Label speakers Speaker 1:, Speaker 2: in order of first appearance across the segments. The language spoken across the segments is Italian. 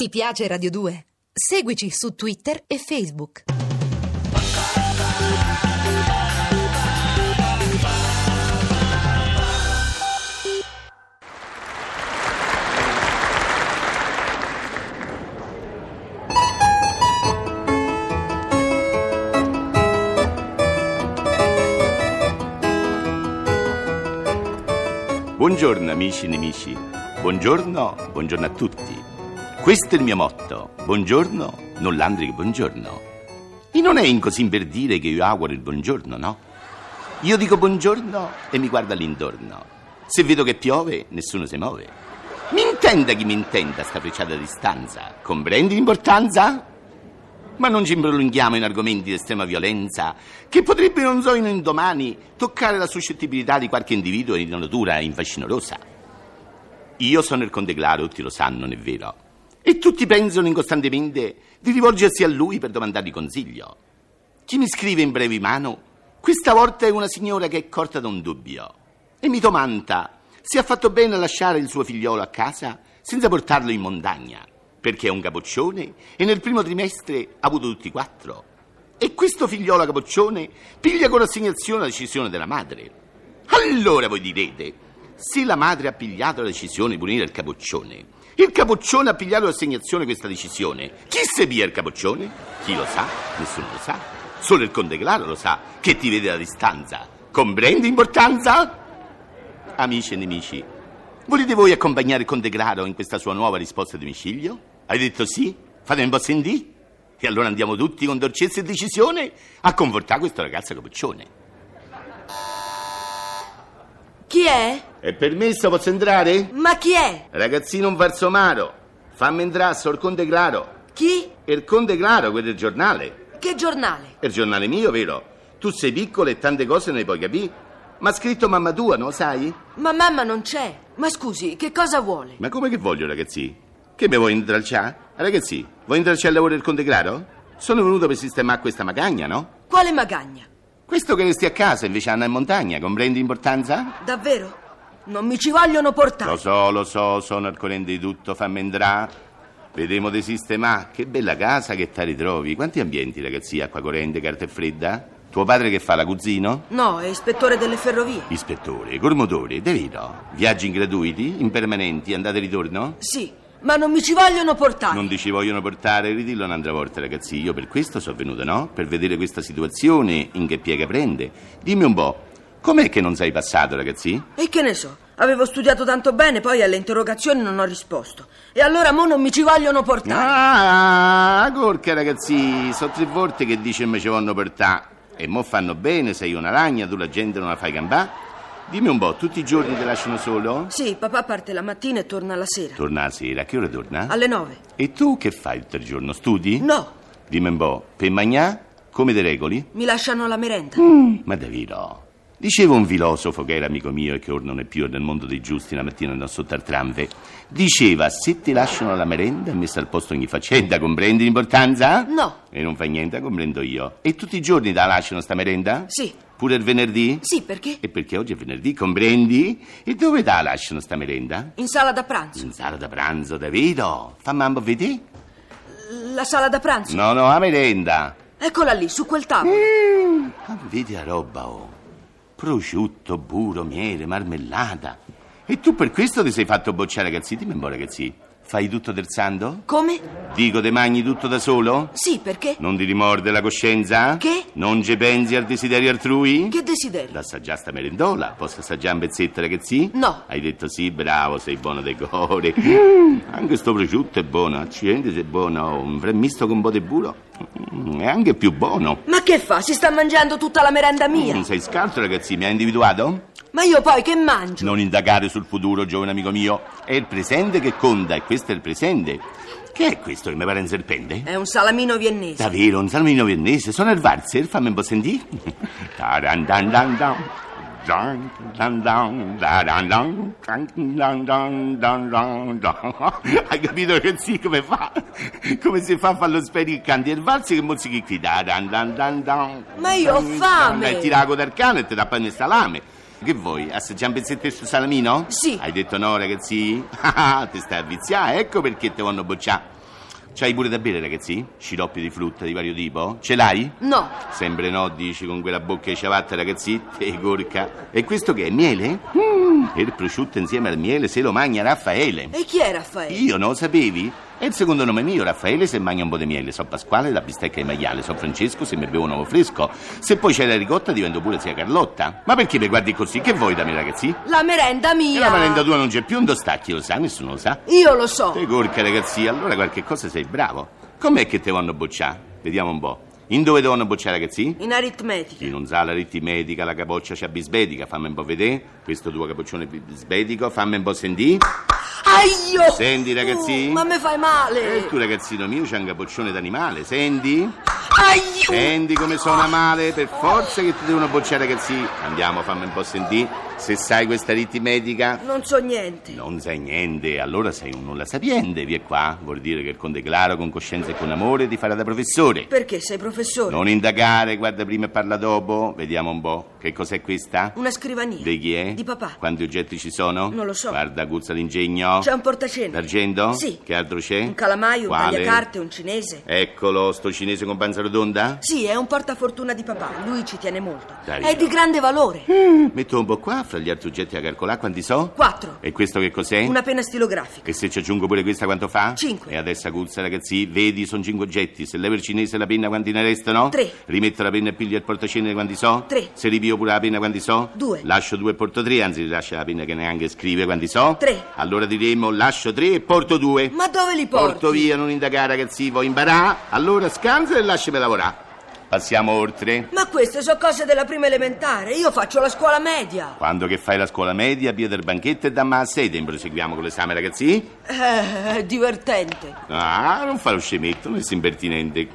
Speaker 1: Ti piace Radio 2? Seguici su Twitter e Facebook.
Speaker 2: Buongiorno amici e nemici, buongiorno, buongiorno a tutti. Questo è il mio motto, buongiorno, non landrico buongiorno. E non è in così per dire che io auguro il buongiorno, no? Io dico buongiorno e mi guardo all'intorno. Se vedo che piove, nessuno si muove. Mi intenda chi mi intenda sta frecciata distanza, comprendi l'importanza? Ma non ci prolunghiamo in argomenti di estrema violenza, che potrebbero, non so, in un domani, toccare la suscettibilità di qualche individuo in una natura infascinorosa. Io sono il Conte Claro, tutti lo sanno, non è vero? E tutti pensano incostantemente di rivolgersi a lui per domandargli consiglio. Chi mi scrive in breve mano, questa volta è una signora che è corta da un dubbio e mi domanda se ha fatto bene a lasciare il suo figliolo a casa senza portarlo in montagna, perché è un capoccione e nel primo trimestre ha avuto tutti quattro. E questo figliolo capoccione piglia con assegnazione la decisione della madre. Allora voi direte, se la madre ha pigliato la decisione di punire il capoccione, il capoccione ha pigliato l'assegnazione questa decisione. Chi se pia il capoccione? Chi lo sa? Nessuno lo sa. Solo il conte Claro lo sa, che ti vede da distanza. Comprendi importanza? Amici e nemici, volete voi accompagnare il conte Claro in questa sua nuova risposta a domicilio? Hai detto sì? Fate un po' sentì? E allora andiamo tutti con dolcezza e decisione a confortare questo ragazzo capoccione.
Speaker 3: Chi è?
Speaker 2: È permesso? Posso entrare?
Speaker 3: Ma chi è?
Speaker 2: Ragazzino un varsomaro, fammi entrare, sor Conte Claro.
Speaker 3: Chi?
Speaker 2: E il Conte Claro, quello del giornale.
Speaker 3: Che giornale?
Speaker 2: È il giornale mio, vero? Tu sei piccolo e tante cose non le puoi capire. Ma ha scritto mamma tua, non lo sai?
Speaker 3: Ma mamma non c'è. Ma scusi, che cosa vuole?
Speaker 2: Ma come che voglio, ragazzi? Che mi vuoi intralciare? Ragazzi, vuoi intralciare il lavoro del Conte Claro? Sono venuto per sistemare questa magagna, no?
Speaker 3: Quale magagna?
Speaker 2: Questo che resti a casa invece andare in montagna, comprendi importanza?
Speaker 3: Davvero? Non mi ci vogliono portare.
Speaker 2: Lo so, lo so, sono al corrente di tutto, fammi entrare. Vedremo di sistemare. Che bella casa che ti ritrovi. Quanti ambienti, ragazzi, acqua corrente, carta e fredda? Tuo padre che fa l'aguzzino?
Speaker 3: No, è ispettore delle ferrovie.
Speaker 2: Ispettore, cormotore, te vedo. Viaggi in gratuiti, impermanenti, andate e ritorno?
Speaker 3: Sì, ma non mi ci vogliono portare.
Speaker 2: Non ti ci vogliono portare, ridillo un'altra volta, ragazzi. Io per questo sono venuto, no? Per vedere questa situazione, in che piega prende. Dimmi un po', com'è che non sei passato, ragazzi?
Speaker 3: E che ne so? Avevo studiato tanto bene, poi alle interrogazioni non ho risposto. E allora mo non mi ci vogliono portare.
Speaker 2: Ah, corca, ragazzi, sono tre volte che dice me ci vogliono portare. E mo fanno bene, sei una ragna, tu la gente non la fai gambà. Dimmi un po', tutti i giorni ti lasciano solo?
Speaker 3: Sì, papà parte la mattina e torna la sera.
Speaker 2: Torna a sera, a che ora torna?
Speaker 3: Alle nove.
Speaker 2: E tu che fai tutto il giorno? Studi?
Speaker 3: No,
Speaker 2: Dimmi un po', per magnà, come te regoli?
Speaker 3: mi lasciano la merenda.
Speaker 2: Ma davvero? Diceva un filosofo che era amico mio e che ora non è più nel mondo dei giusti la mattina andò sotto al tramve. Diceva, se ti lasciano la merenda, è messa al posto ogni faccenda, comprendi l'importanza?
Speaker 3: No.
Speaker 2: E non fa niente, comprendo io. E tutti i giorni la lasciano sta merenda?
Speaker 3: Sì.
Speaker 2: Pure il venerdì?
Speaker 3: Sì, perché?
Speaker 2: E perché oggi è venerdì, comprendi? E dove la lasciano sta merenda?
Speaker 3: In sala da pranzo.
Speaker 2: In sala da pranzo, Davido. Fammi un po' vedere.
Speaker 3: La sala da pranzo.
Speaker 2: No, no, la merenda.
Speaker 3: Eccola lì, su quel tavolo.
Speaker 2: Ah, vedi la roba, oh. Prosciutto, burro, miele, marmellata. E tu per questo ti sei fatto bocciare, ragazzi? Dimmi un po', ragazzi. Fai tutto terzando?
Speaker 3: Come?
Speaker 2: Dico, te mangi tutto da solo?
Speaker 3: Sì, perché?
Speaker 2: Non ti rimorde la coscienza?
Speaker 3: Che?
Speaker 2: Non ci pensi al desiderio altrui?
Speaker 3: Che desiderio?
Speaker 2: L'assaggiare sta merendola? Posso assaggiare un pezzetto, ragazzi?
Speaker 3: No.
Speaker 2: Hai detto sì, bravo, sei buono de gore. anche sto prosciutto è buono, accidenti se è buono. Un misto con un po' di burro mm, è anche più buono.
Speaker 3: Ma che fa? Si sta mangiando tutta la merenda mia.
Speaker 2: Non sei scarso, ragazzi, mi hai individuato?
Speaker 3: Ma io poi che mangio?
Speaker 2: Non indagare sul futuro, giovane amico mio. È il presente che conta e questo è il presente. Che è questo che mi pare un serpente?
Speaker 3: È un salamino viennese.
Speaker 2: Davvero, un salmino viennese? Sono il valzer, fammi un po' sentire. Taran dan dan dan. Dan dan dan, taran dan, tan dan dan dan dan dan. Hai capito che sì, come fa? Come si fa a fare lo speri canti il valzer che mozzichi qui? Taran dan dan dan.
Speaker 3: Ma io ho fame.
Speaker 2: Eh, Tira la coda al cane e te la pane il salame. Che vuoi? Assaggiamo un pezzetto di sto salamino?
Speaker 3: Sì.
Speaker 2: Hai detto no, ragazzi? Ah, ti stai a viziare, ecco perché te vanno bocciare. C'hai pure da bere, ragazzi? Sciroppi di frutta di vario tipo? Ce l'hai?
Speaker 3: No,
Speaker 2: Sempre no, dici con quella bocca di ciabatta, ragazzi, e gorca. E questo che è? Miele? Mm, il prosciutto insieme al miele se lo mangia Raffaele.
Speaker 3: e chi è Raffaele?
Speaker 2: Io no, sapevi? È il secondo nome mio, Raffaele, se mangia un po' di miele. So Pasquale, la bistecca di maiale. So Francesco, se mi bevo un uovo fresco. Se poi c'è la ricotta, divento pure zia Carlotta. Ma perché mi guardi così? Che vuoi da me, ragazzi?
Speaker 3: La merenda
Speaker 2: E
Speaker 3: mia!
Speaker 2: la merenda tua non c'è più, un dostacchi, lo sa? Nessuno lo sa.
Speaker 3: Io lo so.
Speaker 2: Te gorca, ragazzi, allora qualche cosa sei bravo. Com'è che te vanno a bocciare? Vediamo un po'. In dove te vanno a bocciare, ragazzi?
Speaker 3: In aritmetica.
Speaker 2: Chi non sa l'aritmetica, la capoccia c'ha bisbedica, fammi un po' vedere. Questo tuo capoccione bi- bisbedico, fammi un po' sentire.
Speaker 3: Aio!
Speaker 2: Senti, ragazzi?
Speaker 3: Uh, ma mi fai male!
Speaker 2: E tu ragazzino mio c'hai un capoccione d'animale, senti?
Speaker 3: Aio!
Speaker 2: Senti come suona male, per forza che ti devono bocciare ragazzi. Andiamo, fammi un po' sentire. Se sai questa aritmetica...
Speaker 3: Non so niente.
Speaker 2: Non sai niente, allora sei un nulla sapiente, vi è qua. Vuol dire che il conte Claro, con coscienza e con amore, ti farà da professore.
Speaker 3: Perché sei professore?
Speaker 2: Non indagare, guarda prima e parla dopo. Vediamo un po'. Che cos'è questa?
Speaker 3: Una scrivania.
Speaker 2: Di chi è?
Speaker 3: Di papà.
Speaker 2: Quanti oggetti ci sono?
Speaker 3: Non lo so.
Speaker 2: Guarda, guzza l'ingegno.
Speaker 3: C'è un portacena.
Speaker 2: D'argento?
Speaker 3: Sì.
Speaker 2: Che altro c'è?
Speaker 3: Un calamaio, un
Speaker 2: Quale?
Speaker 3: tagliacarte, un cinese.
Speaker 2: Eccolo, sto cinese con panza rotonda?
Speaker 3: Sì, è un portafortuna di papà. Lui ci tiene molto.
Speaker 2: Dai,
Speaker 3: è
Speaker 2: no.
Speaker 3: di grande valore.
Speaker 2: Metto un po' qua, fra gli altri oggetti a calcolare quanti so?
Speaker 3: Quattro.
Speaker 2: E questo che cos'è?
Speaker 3: Una penna stilografica.
Speaker 2: E se ci aggiungo pure questa quanto fa?
Speaker 3: Cinque.
Speaker 2: E adesso aguzza ragazzi, vedi, sono cinque oggetti. Se levo il cinese e la penna quanti ne restano?
Speaker 3: Tre.
Speaker 2: Rimetto la penna e piglio il portacenere quanti so?
Speaker 3: Tre.
Speaker 2: Se ripio pure la penna quanti so?
Speaker 3: Due.
Speaker 2: Lascio due e porto tre, anzi lascia la penna che neanche scrive quanti so?
Speaker 3: Tre.
Speaker 2: Allora diremmo lascio tre e porto due.
Speaker 3: Ma dove li porti?
Speaker 2: Porto via, non indagare ragazzi, voi imparà. Allora scansa e lasciami lavorare. Passiamo oltre.
Speaker 3: Ma queste sono cose della prima elementare. Io faccio la scuola media.
Speaker 2: Quando che fai la scuola media, via del banchetto e damma a sete, proseguiamo con l'esame ragazzi.
Speaker 3: Eh, è divertente.
Speaker 2: Ah, non fare lo scemetto, non è impertinente.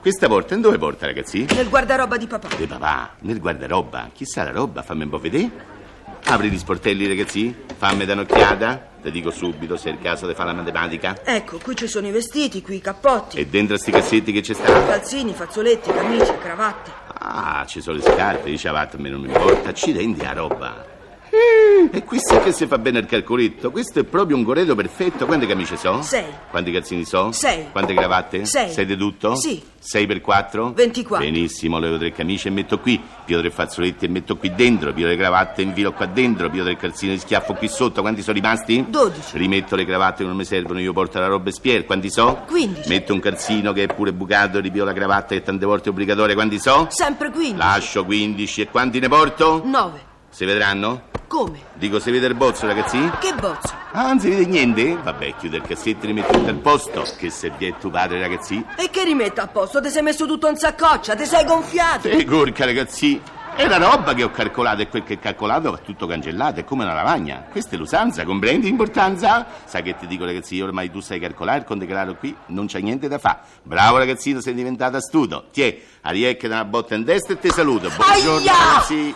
Speaker 2: Questa porta in dove porta, ragazzi?
Speaker 3: Nel guardaroba di papà.
Speaker 2: De papà, nel guardaroba. Chissà la roba, fammi un po' vedere. Apri gli sportelli, ragazzi. Fammi da un'occhiata. Te dico subito se è il caso di fare la matematica.
Speaker 3: Ecco, qui ci sono i vestiti, qui i cappotti,
Speaker 2: E dentro a sti cassetti che c'è sta?
Speaker 3: calzini, fazzoletti, camicie, cravatte.
Speaker 2: Ah, ci sono le scarpe, le ciabatte, a me non mi importa. Accidenti la roba. Eh, E questo è che si fa bene al calcoletto. Questo è proprio un goreto perfetto. Quante camicie so?
Speaker 3: Sei.
Speaker 2: Quanti calzini so?
Speaker 3: Sei.
Speaker 2: Quante cravatte?
Speaker 3: Sei.
Speaker 2: Sei di tutto?
Speaker 3: Sì.
Speaker 2: 6 per 4?
Speaker 3: Ventiquattro.
Speaker 2: Benissimo, levo tre camicie e metto qui. Pio tre fazzoletti e metto qui dentro. Pio le cravatte e infilo qua dentro. Pio tre calzini e schiaffo qui sotto. Quanti sono rimasti?
Speaker 3: 12.
Speaker 2: Rimetto le cravatte che non mi servono, io porto la roba e spier. Quanti so?
Speaker 3: 15.
Speaker 2: Metto un calzino che è pure bucato, ripio la cravatta che tante volte è obbligatoria. Quanti so?
Speaker 3: Sempre 15.
Speaker 2: Lascio 15 e quanti ne porto?
Speaker 3: 9.
Speaker 2: Si vedranno?
Speaker 3: Come?
Speaker 2: Dico, se vede il bozzo, ragazzi?
Speaker 3: Che bozzo?
Speaker 2: Ah, non si vede niente? Vabbè, chiudo il cassetto e li metto tutto al posto. Che se vi è tuo padre, ragazzi?
Speaker 3: E che rimetta a posto? Ti sei messo tutto in saccoccia, ti sei gonfiato.
Speaker 2: E gorca, ragazzi! È la roba che ho calcolato e quel che è calcolato va tutto cancellato, è come una lavagna. Questa è l'usanza, comprendi l'importanza? Sai che ti dico, ragazzi, io ormai tu sai calcolare, con declarare qui non c'è niente da fare. Bravo ragazzino, sei diventato astuto. Tiè, ariecca da una botta in destra e ti saluto. Buongiorno,
Speaker 3: Aia!
Speaker 2: ragazzi.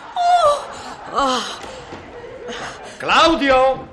Speaker 4: Claudio!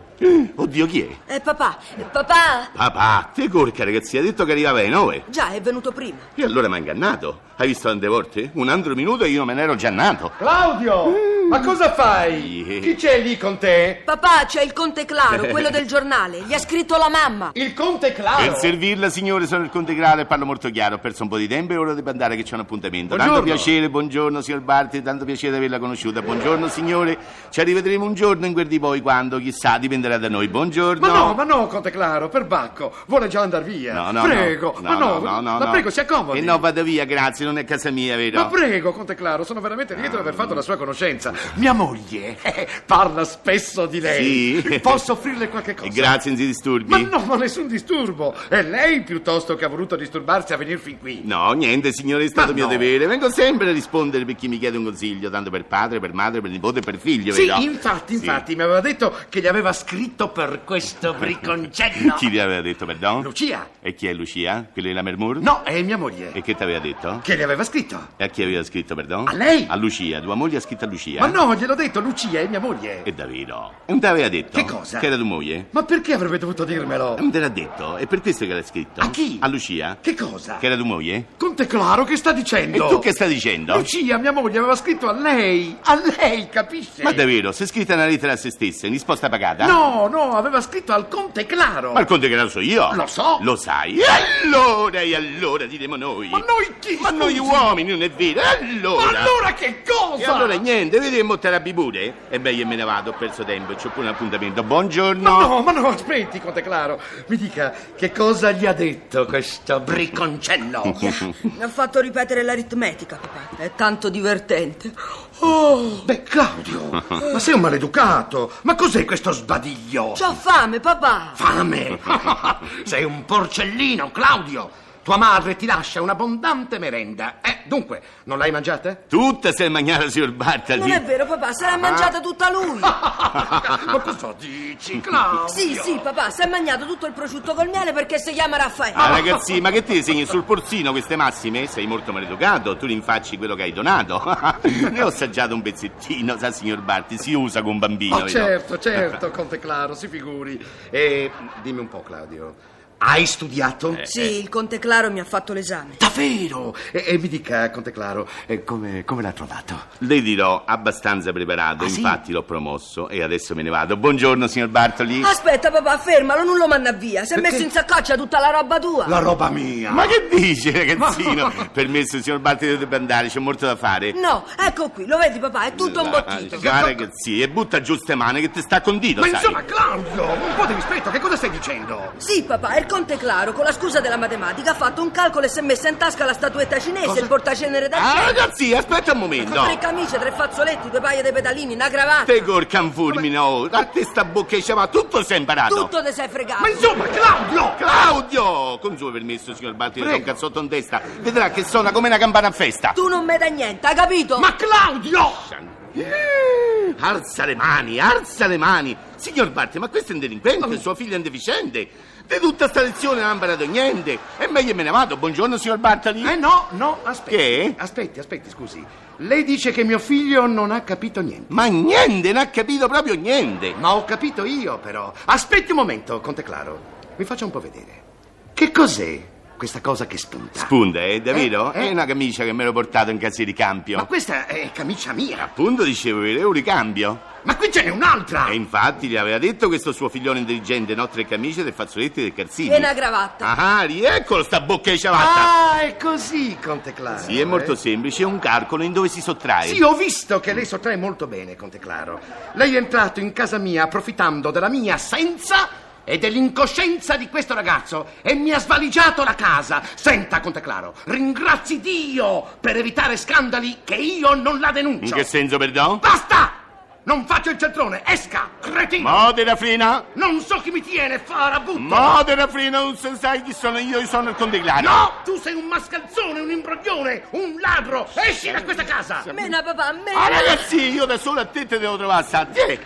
Speaker 2: Oddio, chi è?
Speaker 3: E papà, eh, papà!
Speaker 2: Papà, te corca ragazzi, ha detto che arrivava ai 9.
Speaker 3: Già, è venuto prima.
Speaker 2: E allora mi ha ingannato. Hai visto tante volte? Un altro minuto e io me ne ero già nato.
Speaker 4: Claudio! Ma
Speaker 2: Mm.
Speaker 4: cosa fai?
Speaker 2: Yeah.
Speaker 4: Chi c'è lì con te?
Speaker 3: Papà, c'è il conte Claro, quello del giornale. Gli ha scritto la mamma.
Speaker 4: Il conte
Speaker 2: Per
Speaker 4: Claudio!
Speaker 2: servirla, signore, sono il Conte Grale e parlo molto chiaro. Ho perso un po' di tempo e ora devo andare che c'è un appuntamento. Tanto
Speaker 4: Buongiorno.
Speaker 2: piacere, buongiorno, signor Barti, tanto piacere di averla conosciuta. Buongiorno, signore. Ci arrivedremo un giorno in quel di voi, quando, chissà, dipenderà da noi. Buongiorno.
Speaker 4: Ma no. ma no, conte Claro, perbacco, vuole già andare via.
Speaker 2: No, no,
Speaker 4: prego,
Speaker 2: no,
Speaker 4: ma no, ma prego, si accomodi.
Speaker 2: E no, vado via, grazie, non è casa mia, vero?
Speaker 4: Ma prego, Conte Claro, sono veramente lieto di aver fatto la sua conoscenza. Mia moglie eh, parla spesso di lei.
Speaker 2: Sì.
Speaker 4: Posso offrirle qualche cosa?
Speaker 2: E grazie, non si disturbi.
Speaker 4: Ma no, ma nessun disturbo. È lei piuttosto che ha voluto disturbarsi a venire fin qui.
Speaker 2: No, niente, signore, è stato
Speaker 4: Ma
Speaker 2: mio
Speaker 4: no.
Speaker 2: dovere. Vengo sempre a rispondere per chi mi chiede un consiglio, tanto per padre, per madre, per nipote, per figlio,
Speaker 4: Sì,
Speaker 2: vero?
Speaker 4: infatti,
Speaker 2: Sì.
Speaker 4: infatti, mi aveva detto che gli aveva scritto per questo briconcello.
Speaker 2: Chi gli aveva detto, perdon?
Speaker 4: Lucia.
Speaker 2: E chi è Lucia? Quella è la Mermur?
Speaker 4: No, è mia moglie.
Speaker 2: E che ti aveva detto?
Speaker 4: Che gli aveva scritto?
Speaker 2: E a chi aveva scritto, perdon?
Speaker 4: A lei.
Speaker 2: A Lucia, tua moglie ha scritto a Lucia.
Speaker 4: Ma no, gliel'ho detto, Lucia è mia moglie.
Speaker 2: E davvero? Non te l'aveva detto?
Speaker 4: Che cosa?
Speaker 2: Che era tua moglie?
Speaker 4: Ma perché avrebbe dovuto dirmelo?
Speaker 2: Non te l'ha detto, è per questo che l'ha scritto.
Speaker 4: A chi?
Speaker 2: A Lucia.
Speaker 4: Che cosa?
Speaker 2: Che era tua moglie?
Speaker 4: Conte Claro che sta
Speaker 2: E
Speaker 4: dicendo?
Speaker 2: tu che stai dicendo?
Speaker 4: Lucia, mia moglie, aveva scritto a lei. A lei, capisci?
Speaker 2: Ma davvero, se è scritta una lettera a se stessa in risposta pagata?
Speaker 4: No, no, aveva scritto al Conte Claro.
Speaker 2: Ma il conte che la so io?
Speaker 4: Lo so.
Speaker 2: Lo sai. E allora, e allora diremo noi.
Speaker 4: Ma noi chi?
Speaker 2: Ma noi
Speaker 4: scusi?
Speaker 2: uomini, non è vero? E
Speaker 4: Ma
Speaker 2: allora.
Speaker 4: allora che cosa?
Speaker 2: E allora niente, vedremo Tarabbi pure? E beh, io me ne vado, ho perso tempo, c'ho pure un appuntamento. Buongiorno.
Speaker 4: Ma no, ma no, aspetti, Conte Claro. Mi dica che cosa gli ha detto questo briconcello.
Speaker 3: Mi ha fatto ripetere l'aritmetica, papà. È tanto divertente.
Speaker 4: Oh, beh, Claudio, ma sei un maleducato. Ma cos'è questo sbadiglio?
Speaker 3: C'ho fame, papà.
Speaker 4: Fame! Sei un porcellino, Claudio! Tua madre ti lascia un'abbondante merenda. Eh, dunque, non l'hai mangiata?
Speaker 2: Tutta se mangiare signor Bartali.
Speaker 3: Non è vero, papà, se l'ha mangiata tutta lui.
Speaker 4: Ma cosa dici, Claudio?
Speaker 3: Sì, sì, papà, si è mangiato tutto il prosciutto col miele perché si chiama Raffaele.
Speaker 2: Ah, ragazzi, ma che te segni sul porzino queste massime? Sei molto maleducato, tu rinfacci quello che hai donato. ne ho assaggiato un pezzettino, sa signor Barti, si usa con bambino.
Speaker 4: Oh,
Speaker 2: vero?
Speaker 4: certo, certo, Conte Claro, si figuri. E dimmi un po', Claudio, hai studiato?
Speaker 3: Sì, il Conte Claro mi ha fatto l'esame.
Speaker 4: Davvero? E, e mi dica, Conte Claro, eh, come, come l'ha trovato?
Speaker 2: Le dirò abbastanza preparato,
Speaker 4: Ah, sì?
Speaker 2: infatti l'ho promosso e adesso me ne vado. Buongiorno, signor
Speaker 4: Ah,
Speaker 2: Bartoli.
Speaker 3: Aspetta, papà, fermalo, non lo manda via. Si è messo in saccoccia tutta la roba tua.
Speaker 4: roba mia!
Speaker 2: Ma che dici, ragazzino? Permesso, signor Bartoli, dovrebbe andare, c'è molto da fare. Ah,
Speaker 3: No, ecco qui, lo vedi, papà, è tutto imbottito.
Speaker 2: Guarda, ragazzi, e butta giù ste mani che ti sta condito,
Speaker 4: Ma
Speaker 2: sai.
Speaker 4: insomma, Claudio, un po' di rispetto, che cosa stai dicendo?
Speaker 3: Sì, papà, il Conte Claro, con la scusa della matematica, ha fatto un calcolo e si è messa in tasca la statuetta cinese, il portacenere da
Speaker 2: Ah, ragazzi, aspetta un momento.
Speaker 3: Tre camicie, tre fazzoletti, due paia di pedalini, una cravatta.
Speaker 2: Te col canfurmino, a testa bocca e ma tutto sei imparato.
Speaker 3: Tutto ti sei fregato.
Speaker 4: Ma insomma, Claudio!
Speaker 2: Claudio! Con suo permesso, signor Barti, le do un
Speaker 4: Prego.
Speaker 2: cazzotto in testa. Vedrà che suona come una campana a festa. Cioè,
Speaker 3: Tu non mi dai niente, hai capito?
Speaker 4: Ma Claudio!
Speaker 2: Eh, Alza le mani, alza le mani. Signor Barti, ma questo è un delinquente, sua figlia è un deficiente. Di tutta sta lezione non ha imparato niente. E meglio me ne vado. Buongiorno, signor Bartali.
Speaker 4: Eh no, no, aspetti.
Speaker 2: Che?
Speaker 4: Aspetti, aspetti, scusi. Lei dice che mio figlio non ha capito niente.
Speaker 2: Ma niente, non ha capito proprio niente.
Speaker 4: Ma ho capito io, però. Aspetti un momento, Conte Claro. Mi faccia un po' vedere. Che cos'è questa cosa che spunta?
Speaker 2: Spunta, eh, davvero?
Speaker 4: Eh, eh.
Speaker 2: È una camicia che me l'ho portato in casa di ricambio.
Speaker 4: Ma questa è camicia mia.
Speaker 2: Appunto, dicevo, è un ricambio.
Speaker 4: Ma qui ce n'è un'altra.
Speaker 2: E infatti gli aveva detto questo suo figlione intelligente, no? Tre camicie, tre fazzoletti e dei calzini.
Speaker 3: E una cravatta.
Speaker 2: Ah, rieccolo sta bocca di ciabatta.
Speaker 4: Ah, è così, Conte Claro.
Speaker 2: sì, è molto
Speaker 4: eh.
Speaker 2: semplice, è un calcolo in dove si sottrae.
Speaker 4: Sì, ho visto che lei sottrae molto bene, Conte Claro. Lei è entrato in casa mia approfittando della mia assenza e dell'incoscienza di questo ragazzo e mi ha svaligiato la casa. Senta, Conte Claro, ringrazi Dio per evitare scandali che io non la
Speaker 2: In
Speaker 4: denuncio.
Speaker 2: che senso, perdono?
Speaker 4: Basta! Non faccio il centrone, esca, cretino!
Speaker 2: Modera, Frina!
Speaker 4: Non so chi mi tiene, farabutto!
Speaker 2: Modera, Frina, non so sai chi sono io, io sono il Conte Claro.
Speaker 4: No! Tu sei un mascalzone, un imbroglione, un ladro! Esci da questa casa!
Speaker 3: Mena, papà, mena.
Speaker 2: Ah, ragazzi, io da solo a te te devo trovare, sa? Te!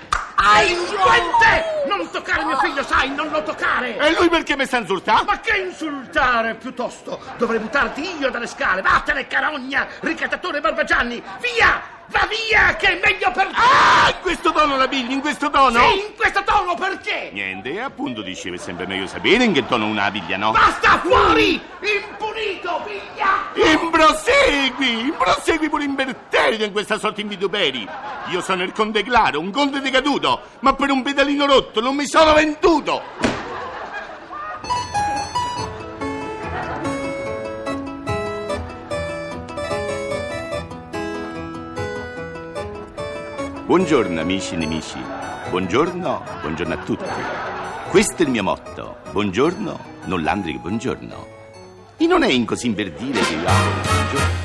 Speaker 4: Delinquente! Non toccare mio figlio, sai, non lo toccare!
Speaker 2: E lui perché mi sta insultando?
Speaker 4: Ma che insultare piuttosto! Dovrei buttarti io dalle scale! Vattene, carogna! Ricattatore Barbagianni! Via! Va via, che è meglio per te!
Speaker 2: Ah, in questo tono la pigli, in questo tono?
Speaker 4: Sì, in questo tono, perché?
Speaker 2: Niente, e appunto dicevo, è sempre meglio sapere in che tono una piglia, no?
Speaker 4: Basta, fuori! Impunito, via!
Speaker 2: Improsegui, improsegui pure imberterio in questa sorta di vituperi. Io sono il conte Claro, un conte decaduto, ma per un pedalino rotto non mi sono venduto. Buongiorno amici e nemici, buongiorno, buongiorno a tutti. Questo è il mio motto, buongiorno, non landri buongiorno. E non è in così inverdire che io auguro un giorno.